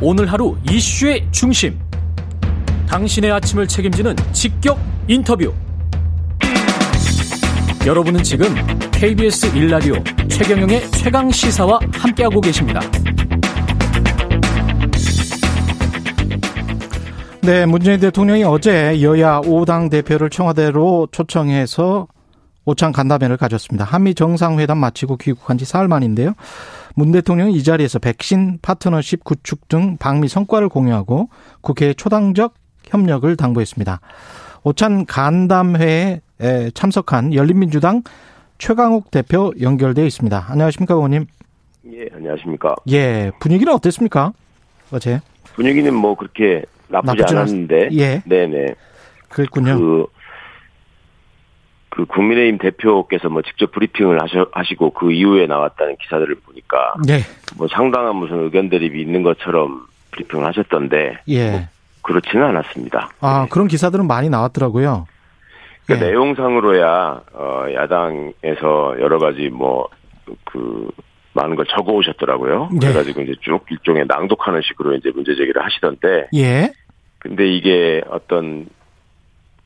오늘 하루 이슈의 중심. 당신의 아침을 책임지는 직격 인터뷰. 여러분은 지금 KBS 일라디오 최경영의 최강 시사와 함께하고 계십니다. 네, 문재인 대통령이 어제 여야 5당 대표를 청와대로 초청해서 오창 간담회를 가졌습니다. 한미 정상회담 마치고 귀국한 지 사흘 만인데요. 문 대통령은 이 자리에서 백신 파트너십 구축 등 방미 성과를 공유하고 국회에 초당적 협력을 당부했습니다. 오찬 간담회에 참석한 열린민주당 최강욱 대표 연결돼 있습니다. 안녕하십니까, 의원님. 예, 안녕하십니까. 예, 분위기는 어땠습니까? 어제. 분위기는 뭐 그렇게 나쁘지 나쁘진 않았는데, 않- 예. 네네. 그랬군요. 그, 그 국민의힘 대표께서 뭐 직접 브리핑을 하셔, 하시고 그 이후에 나왔다는 기사들을 보니까 예, 뭐 상당한 무슨 의견 대립이 있는 것처럼 브리핑을 하셨던데 예. 그렇지는 않았습니다. 아, 그런 기사들은 많이 나왔더라고요. 네. 그 예. 내용상으로야 어, 야당에서 여러 가지 뭐 그 많은 걸 적어 오셨더라고요. 네. 그래가지고 이제 쭉 일종의 낭독하는 식으로 이제 문제 제기를 하시던데 예. 근데 이게 어떤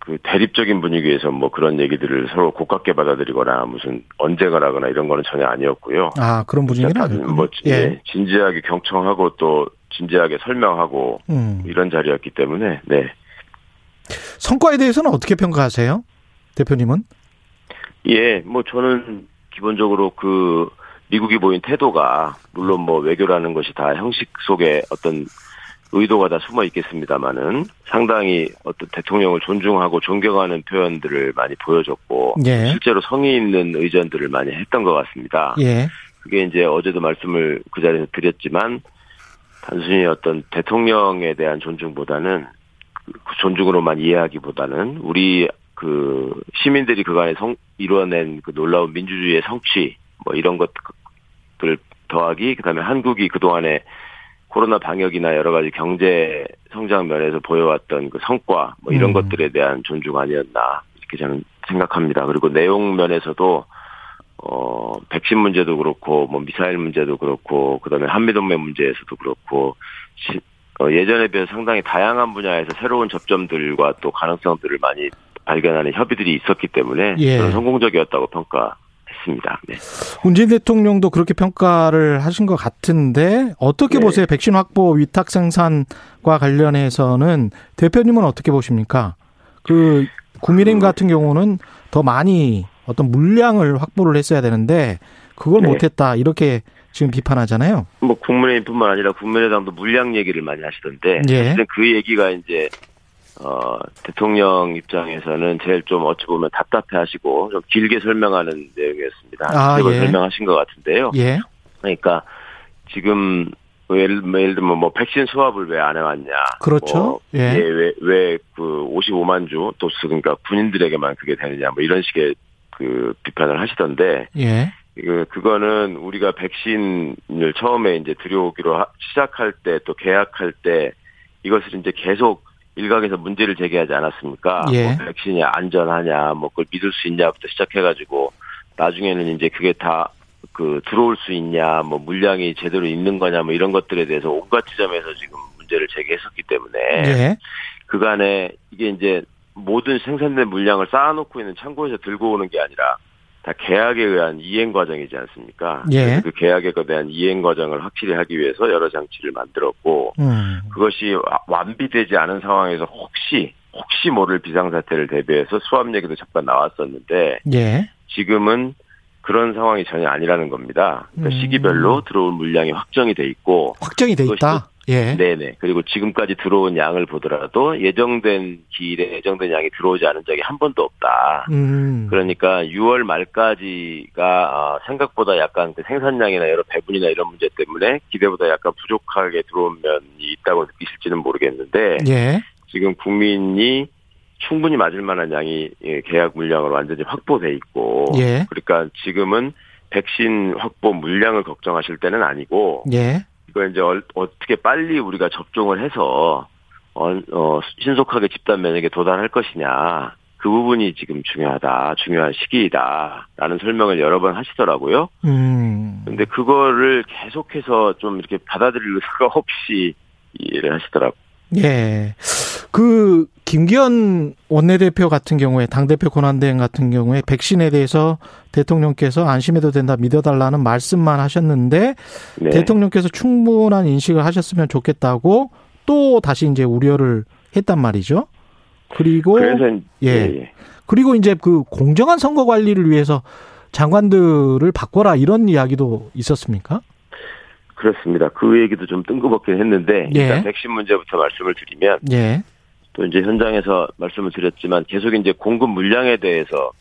그 대립적인 분위기에서 뭐 그런 얘기들을 서로 고깝게 받아들이거나 무슨 언쟁을하거나 이런 거는 전혀 아니었고요. 아, 그런 분위기는 약간 아니었군요. 뭐 예. 예, 진지하게 경청하고 또 진지하게 설명하고 음. 이런 자리였기 때문에 네. 성과에 대해서는 어떻게 평가하세요? 대표님은? 예, 뭐 저는 기본적으로 그 미국이 보인 태도가 물론 뭐 외교라는 것이 다 형식 속에 어떤 의도가 다 숨어 있겠습니다만은 상당히 어떤 대통령을 존중하고 존경하는 표현들을 많이 보여줬고 예. 실제로 성의 있는 의전들을 많이 했던 것 같습니다. 예. 그게 이제 어제도 말씀을 그 자리에서 드렸지만 단순히 어떤 대통령에 대한 존중보다는 그 존중으로만 이해하기보다는 우리 그 시민들이 그간에 성, 이루어낸 그 놀라운 민주주의의 성취 뭐 이런 것들 더하기 그다음에 한국이 그동안에 코로나 방역이나 여러 가지 경제 성장 면에서 보여왔던 그 성과 뭐 이런 음. 것들에 대한 존중 아니었나 이렇게 저는 생각합니다. 그리고 내용 면에서도 어, 백신 문제도 그렇고, 뭐, 미사일 문제도 그렇고, 그 다음에 한미동맹 문제에서도 그렇고, 시- 어, 예전에 비해 서 상당히 다양한 분야에서 새로운 접점들과 또 가능성들을 많이 발견하는 협의들이 있었기 때문에 예. 저는 성공적이었다고 평가했습니다. 네. 문재인 대통령도 그렇게 평가를 하신 것 같은데 어떻게 네. 보세요? 백신 확보 위탁 생산과 관련해서는 대표님은 어떻게 보십니까? 그 국민의힘 그- 같은 경우는 더 많이 어떤 물량을 확보를 했어야 되는데 그걸 네. 못했다 이렇게 지금 비판하잖아요. 뭐, 국민의힘뿐만 아니라 국민의당도 물량 얘기를 많이 하시던데, 예. 사실은 그 얘기가 이제, 어, 대통령 입장에서는 제일 좀 어찌 보면 답답해 하시고, 좀 길게 설명하는 내용이었습니다. 아, 그걸 예. 설명하신 것 같은데요. 예, 그러니까 지금 뭐 예를, 뭐 예를 들면 뭐 백신 수합을 왜 안 해왔냐. 그렇죠. 뭐 예. 예. 왜왜 그 55만 주 또 그러니까 군인들에게만 그게 되느냐 뭐 이런 식의 그 비판을 하시던데 예, 그 그거는 우리가 백신을 처음에 이제 들여오기로 하- 시작할 때 또 계약할 때 이것을 이제 계속 일각에서 문제를 제기하지 않았습니까? 예. 뭐 백신이 안전하냐, 뭐 그걸 믿을 수 있냐부터 시작해가지고 나중에는 이제 그게 다 그 들어올 수 있냐, 뭐 물량이 제대로 있는 거냐, 뭐 이런 것들에 대해서 온갖 지점에서 지금 문제를 제기했었기 때문에 예, 그간에 이게 이제 모든 생산된 물량을 쌓아놓고 있는 창고에서 들고 오는 게 아니라 다 계약에 의한 이행 과정이지 않습니까? 예. 그래서 그 계약에 대한 이행 과정을 확실히 하기 위해서 여러 장치를 만들었고 음, 그것이 와- 완비되지 않은 상황에서 혹시 혹시 모를 비상사태를 대비해서 수압 얘기도 잠깐 나왔었는데 예, 지금은 그런 상황이 전혀 아니라는 겁니다. 그러니까 음. 시기별로 들어올 물량이 확정이 돼 있고 확정이 돼 있다. 예, 네네. 그리고 지금까지 들어온 양을 보더라도 예정된 기일에 예정된 양이 들어오지 않은 적이 한 번도 없다. 음, 그러니까 6월 말까지가 아, 생각보다 약간 그 생산량이나 여러 배분이나 이런 문제 때문에 기대보다 약간 부족하게 들어온 면이 있다고 느끼실지는 모르겠는데 예, 지금 국민이 충분히 맞을 만한 양이 예, 계약 물량으로 완전히 확보돼 있고 예. 그러니까 지금은 백신 확보 물량을 걱정하실 때는 아니고 예, 이거 이제 얼- 어떻게 빨리 우리가 접종을 해서 어, 어, 신속하게 집단 면역에 도달할 것이냐 그 부분이 지금 중요하다 중요한 시기이다라는 설명을 여러 번 하시더라고요. 음. 근데 그거를 계속해서 좀 이렇게 받아들일 수가 없이 이해를 하시더라고요. 예. 그 김기현 원내대표 같은 경우에 당대표 권한대행 같은 경우에 백신에 대해서 대통령께서 안심해도 된다 믿어달라는 말씀만 하셨는데 네. 대통령께서 충분한 인식을 하셨으면 좋겠다고 또 다시 이제 우려를 했단 말이죠. 그리고 그래서 예. 예, 그리고 이제 그 공정한 선거 관리를 위해서 장관들을 바꿔라 이런 이야기도 있었습니까? 그렇습니다. 그 얘기도 좀 뜬금없긴 했는데 예. 일단 백신 문제부터 말씀을 드리면 예. 또 이제 현장에서 말씀을 드렸지만 계속 이제 공급 물량에 대해서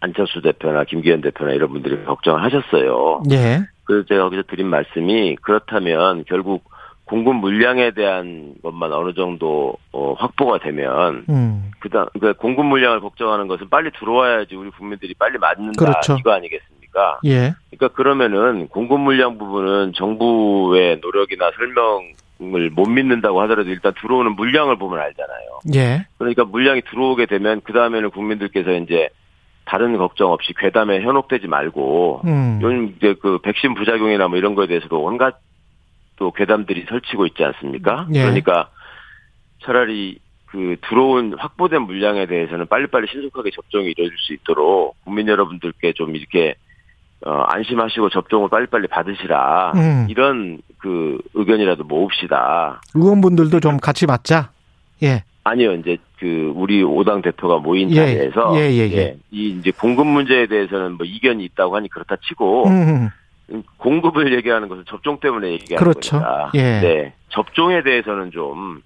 안철수 대표나 김기현 대표나 이런 분들이 걱정을 하셨어요. 예. 그래서 제가 여기서 드린 말씀이 그렇다면 결국 공급 물량에 대한 것만 어느 정도 어, 확보가 되면 음. 그다음 그 공급 물량을 걱정하는 것은 빨리 들어와야지 우리 국민들이 빨리 맞는다 그렇죠. 이거 아니겠습니까? 예. 그러니까 그러면은 공급 물량 부분은 정부의 노력이나 설명을 못 믿는다고 하더라도 일단 들어오는 물량을 보면 알잖아요. 예. 그러니까 물량이 들어오게 되면 그 다음에는 국민들께서 이제 다른 걱정 없이 괴담에 현혹되지 말고 음. 요즘 이제 그 백신 부작용이나 뭐 이런 거에 대해서도 온갖 또 괴담들이 설치고 있지 않습니까? 예. 그러니까 차라리 그 들어온 확보된 물량에 대해서는 빨리빨리 신속하게 접종이 이루어질 수 있도록 국민 여러분들께 좀 이렇게 어, 안심하시고 접종을 빨리빨리 받으시라 음. 이런 그 의견이라도 모읍시다. 의원분들도 좀 같이 맞자. 예. 아니요, 이제 그 우리 오당 대표가 모인 예, 자리에서 예, 예, 예. 이 이제 공급 문제에 대해서는 뭐 이견이 있다고 하니 그렇다 치고 음. 공급을 얘기하는 것은 접종 때문에 얘기하는 그렇죠. 거니까. 예. 네. 접종에 대해서는 좀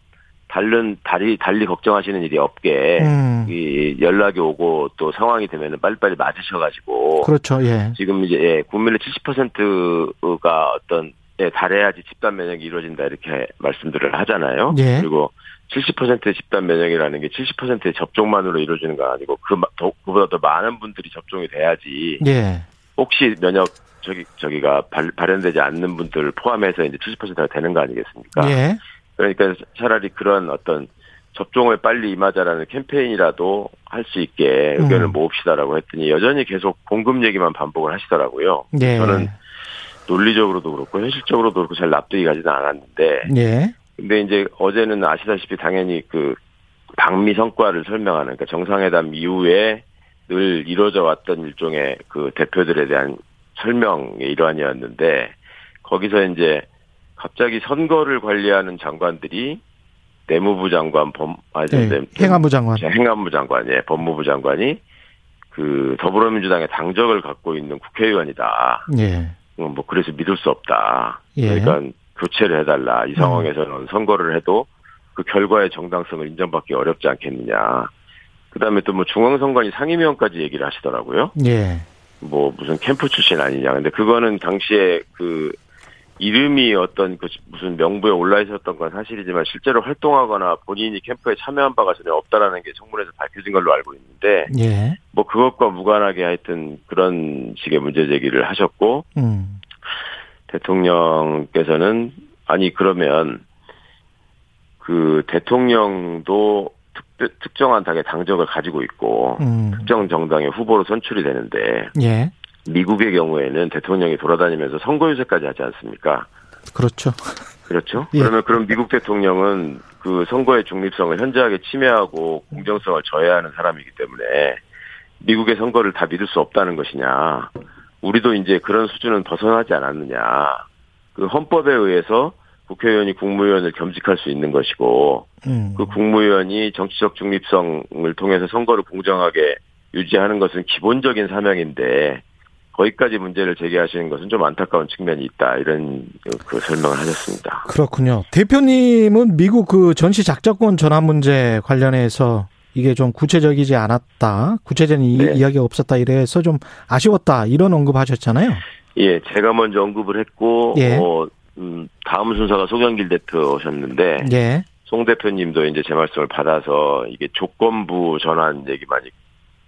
다른 달리 달리 걱정하시는 일이 없게 음. 이 연락이 오고 또 상황이 되면은 빨리빨리 맞으셔가지고 그렇죠. 예. 지금 이제 예, 국민의 70%가 어떤 예, 달해야지 집단 면역이 이루어진다 이렇게 말씀들을 하잖아요. 예. 그리고 70%의 집단 면역이라는 게 70%의 접종만으로 이루어지는 건 아니고 그 마- 더- 그보다 더 많은 분들이 접종이 돼야지 예. 혹시 면역 저기 저기가 발, 발현되지 않는 분들을 포함해서 이제 70%가 되는 거 아니겠습니까? 예. 그러니까 차라리 그런 어떤 접종을 빨리 임하자라는 캠페인이라도 할 수 있게 의견을 음. 모읍시다라고 했더니 여전히 계속 공급 얘기만 반복을 하시더라고요. 예. 저는 논리적으로도 그렇고 현실적으로도 그렇고 잘 납득이 가지는 않았는데 예. 근데 이제 어제는 아시다시피 당연히 그 방미 성과를 설명하는 그러니까 정상회담 이후에 늘 이루어져 왔던 일종의 그 대표들에 대한 설명의 일환이었는데 거기서 이제 갑자기 선거를 관리하는 장관들이 내무부 장관 범 아니 예. 네, 행안부 장관. 행안부 장관 예 법무부 장관이 그 더불어민주당의 당적을 갖고 있는 국회의원이다. 예. 어, 뭐 그래서 믿을 수 없다. 예. 그러니까 교체를 해달라. 이 상황에서는 선거를 해도 그 결과의 정당성을 인정받기 어렵지 않겠느냐. 그다음에 또 뭐 중앙선관위 상임위원까지 얘기를 하시더라고요. 예. 뭐 무슨 캠프 출신 아니냐. 근데 그거는 당시에 그 이름이 어떤 그 무슨 명부에 올라 있었던 건 사실이지만 실제로 활동하거나 본인이 캠프에 참여한 바가 전혀 없다라는 게 청문회에서 밝혀진 걸로 알고 있는데 예. 뭐 그것과 무관하게 하여튼 그런 식의 문제 제기를 하셨고 음. 대통령께서는 아니 그러면 그 대통령도 특, 특정한 당의 당적을 가지고 있고 음. 특정 정당의 후보로 선출이 되는데 예. 미국의 경우에는 대통령이 돌아다니면서 선거 유세까지 하지 않습니까? 그렇죠. 그렇죠? 예. 그러면 그럼 미국 대통령은 그 선거의 중립성을 현저하게 침해하고 공정성을 저해하는 사람이기 때문에 미국의 선거를 다 믿을 수 없다는 것이냐. 우리도 이제 그런 수준은 벗어나지 않았느냐. 그 헌법에 의해서 국회의원이 국무위원을 겸직할 수 있는 것이고 음. 그 국무위원이 정치적 중립성을 통해서 선거를 공정하게 유지하는 것은 기본적인 사명인데 거기까지 문제를 제기하시는 것은 좀 안타까운 측면이 있다 이런 그 설명을 하셨습니다. 그렇군요. 대표님은 미국 그 전시 작전권 전환 문제 관련해서 이게 좀 구체적이지 않았다. 구체적인 이- 네. 이야기가 없었다. 이래서 좀 아쉬웠다. 이런 언급하셨잖아요. 예, 제가 먼저 언급을 했고 예. 어, 음, 다음 순서가 송영길 대표셨는데 예. 송 대표님도 이제 제 말씀을 받아서 이게 조건부 전환 얘기만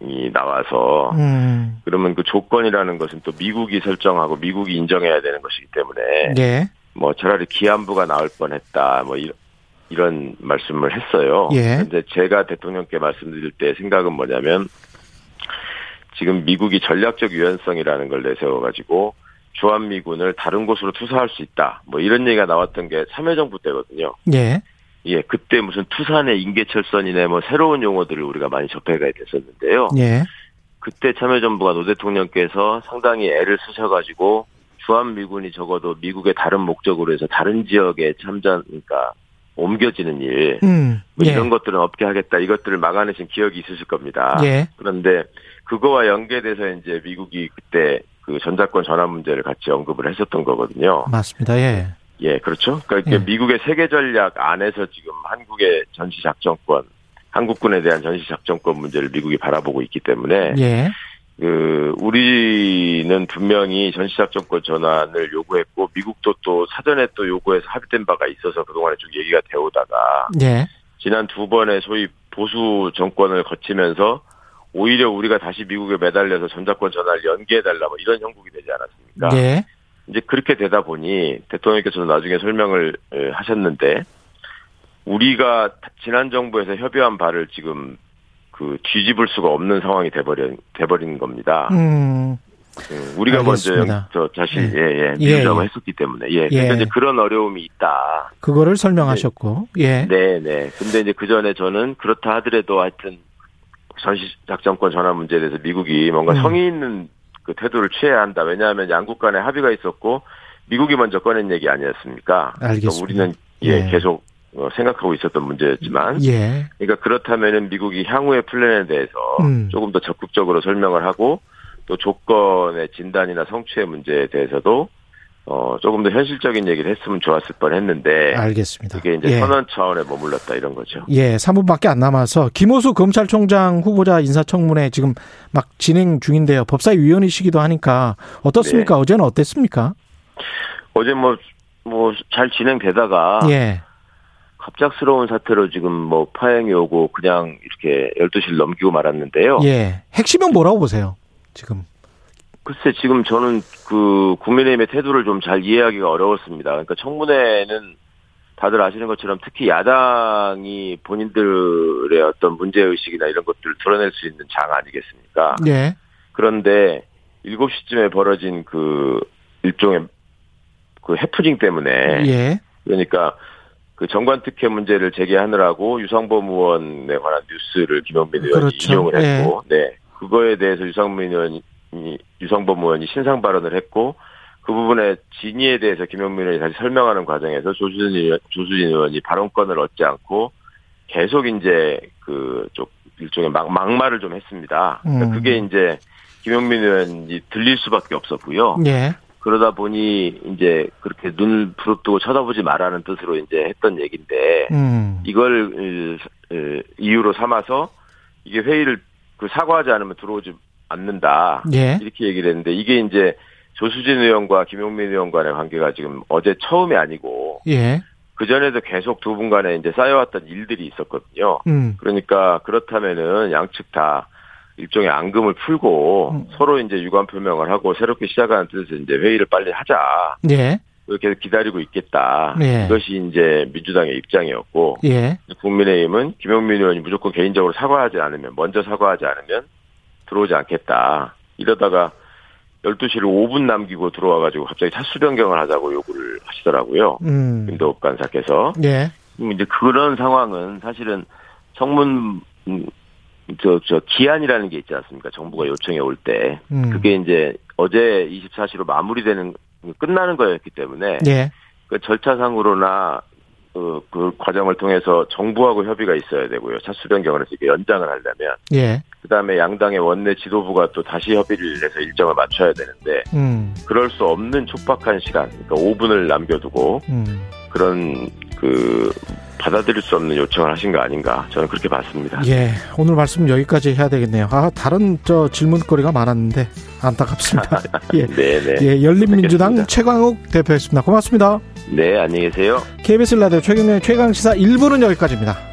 이 나와서 음. 그러면 그 조건이라는 것은 또 미국이 설정하고 미국이 인정해야 되는 것이기 때문에 예. 뭐 차라리 기안부가 나올 뻔했다 뭐 이- 이런 말씀을 했어요. 예. 근데 제가 대통령께 말씀드릴 때 생각은 뭐냐면 지금 미국이 전략적 유연성이라는 걸 내세워 가지고 조한미군을 다른 곳으로 투사할 수 있다. 뭐 이런 얘기가 나왔던 게 참여정부 때거든요. 예. 예, 그때 무슨 투산의 인계철선이네 뭐 새로운 용어들을 우리가 많이 접해가야 됐었는데요. 예. 그때 참여정부가 노 대통령께서 상당히 애를 쓰셔가지고 주한미군이 적어도 미국의 다른 목적으로 해서 다른 지역에 참전, 그러니까 옮겨지는 일, 음. 뭐 예. 이런 것들은 없게 하겠다. 이것들을 막아내신 기억이 있으실 겁니다. 예. 그런데 그거와 연계돼서 이제 미국이 그때 그 전자권 전환 문제를 같이 언급을 했었던 거거든요. 맞습니다. 예. 예, 그렇죠. 그러니까 이게 예. 미국의 세계 전략 안에서 지금 한국의 전시 작전권, 한국군에 대한 전시 작전권 문제를 미국이 바라보고 있기 때문에 예. 그 우리는 분명히 전시 작전권 전환을 요구했고 미국도 또 사전에 또 요구해서 합의된 바가 있어서 그동안에 좀 얘기가 되오다가 예. 지난 두 번의 소위 보수 정권을 거치면서 오히려 우리가 다시 미국에 매달려서 전자권 전환을 연기해달라 뭐 이런 형국이 되지 않았습니까? 예. 이제 그렇게 되다 보니 대통령께서도 나중에 설명을 에, 하셨는데 우리가 지난 정부에서 협의한 바를 지금 그 뒤집을 수가 없는 상황이 돼버린 돼버린 겁니다. 음. 음, 우리가 알겠습니다. 먼저 저 자신 예. 예예 예, 민주라고 예. 했었기 때문에 예 그러니까 예. 이제 그런 어려움이 있다. 그거를 설명하셨고. 예. 네네. 근데 이제 그 전에 저는 그렇다 하더라도 하여튼 전시 작전권 전환 문제에 대해서 미국이 뭔가 음. 성의 있는 그 태도를 취해야 한다. 왜냐하면 양국 간에 합의가 있었고 미국이 먼저 꺼낸 얘기 아니었습니까? 알겠습니다. 그래서 우리는 예, 예. 계속 어, 생각하고 있었던 문제였지만 예. 그러니까 그렇다면은 미국이 향후의 플랜에 대해서 음. 조금 더 적극적으로 설명을 하고 또 조건의 진단이나 성취의 문제에 대해서도 어 조금 더 현실적인 얘기를 했으면 좋았을 뻔했는데 알겠습니다. 네. 그게 이제 아, 예. 선언 차원에 머물렀다 이런 거죠. 예, 3분밖에 안 남아서 김호수 검찰총장 후보자 인사청문회 지금 막 진행 중인데요. 법사위원이시기도 하니까 어떻습니까? 네. 어제는 어땠습니까? 어제 뭐 뭐 잘 진행되다가 예, 갑작스러운 사태로 지금 뭐 파행이 오고 그냥 이렇게 12시를 넘기고 말았는데요. 예. 핵심은 뭐라고 보세요? 지금 글쎄 지금 저는 그 국민의힘의 태도를 좀 잘 이해하기가 어려웠습니다. 그러니까 청문회는 다들 아시는 것처럼 특히 야당이 본인들의 어떤 문제 의식이나 이런 것들을 드러낼 수 있는 장 아니겠습니까? 예, 그런데 7시쯤에 벌어진 그 일종의 그 해프닝 때문에 예, 그러니까 그 정관 특혜 문제를 제기하느라고 유상범 의원에 관한 뉴스를 김영민 의원이 그렇죠. 인용을 했고, 네 그거에 대해서 유상민 의원이 유상범 의원이 신상 발언을 했고 그 부분에 진위에 대해서 김영민 의원이 다시 설명하는 과정에서 조수진 의원, 조수진 의원이 발언권을 얻지 않고 계속 이제 그좀 일종의 막, 막말을 좀 했습니다. 그러니까 음. 그게 이제 김영민 의원이 들릴 수밖에 없었고요. 예, 그러다 보니 이제 그렇게 눈 부릅뜨고 쳐다보지 말라는 뜻으로 이제 했던 얘기인데 음, 이걸 으, 으, 이유로 삼아서 이게 회의를 그 사과하지 않으면 들어오지 않는다 예, 이렇게 얘기를 했는데 이게 이제 조수진 의원과 김용민 의원 간의 관계가 지금 어제 처음이 아니고 예, 그 전에도 계속 두 분 간에 이제 쌓여왔던 일들이 있었거든요. 음, 그러니까 그렇다면은 양측 다 일종의 앙금을 풀고 음. 서로 이제 유관 표명을 하고 새롭게 시작하는 뜻에서 이제 회의를 빨리 하자 뭐 예, 이렇게 기다리고 있겠다. 예. 이것이 이제 민주당의 입장이었고 예, 국민의힘은 김용민 의원이 무조건 개인적으로 사과하지 않으면 먼저 사과하지 않으면 들어오지 않겠다. 이러다가 12시를 5분 남기고 들어와가지고 갑자기 차수 변경을 하자고 요구를 하시더라고요. 음, 김도욱 간사께서 예, 그럼 이제 그런 상황은 사실은 청문 음, 저, 저 기한이라는 게 있지 않습니까? 정부가 요청해 올 때. 음, 그게 이제 어제 24시로 마무리되는 끝나는 거였기 때문에 예, 그 절차상으로나 그, 그 과정을 통해서 정부하고 협의가 있어야 되고요. 차수 변경을 해서 이게 연장을 하려면 예, 그다음에 양당의 원내 지도부가 또 다시 협의를 해서 일정을 맞춰야 되는데 음, 그럴 수 없는 촉박한 시간, 그러니까 5분을 남겨두고 음, 그런 그 받아들일 수 없는 요청을 하신 거 아닌가 저는 그렇게 봤습니다. 예. 오늘 말씀 여기까지 해야 되겠네요. 아, 다른 저 질문거리가 많았는데 안타깝습니다. 예. 네네. 예, 열린민주당 알겠습니다. 최광욱 대표였습니다. 고맙습니다. 네 안녕히 계세요. KBS 라디오 최경련의 최강시사 1부는 여기까지입니다.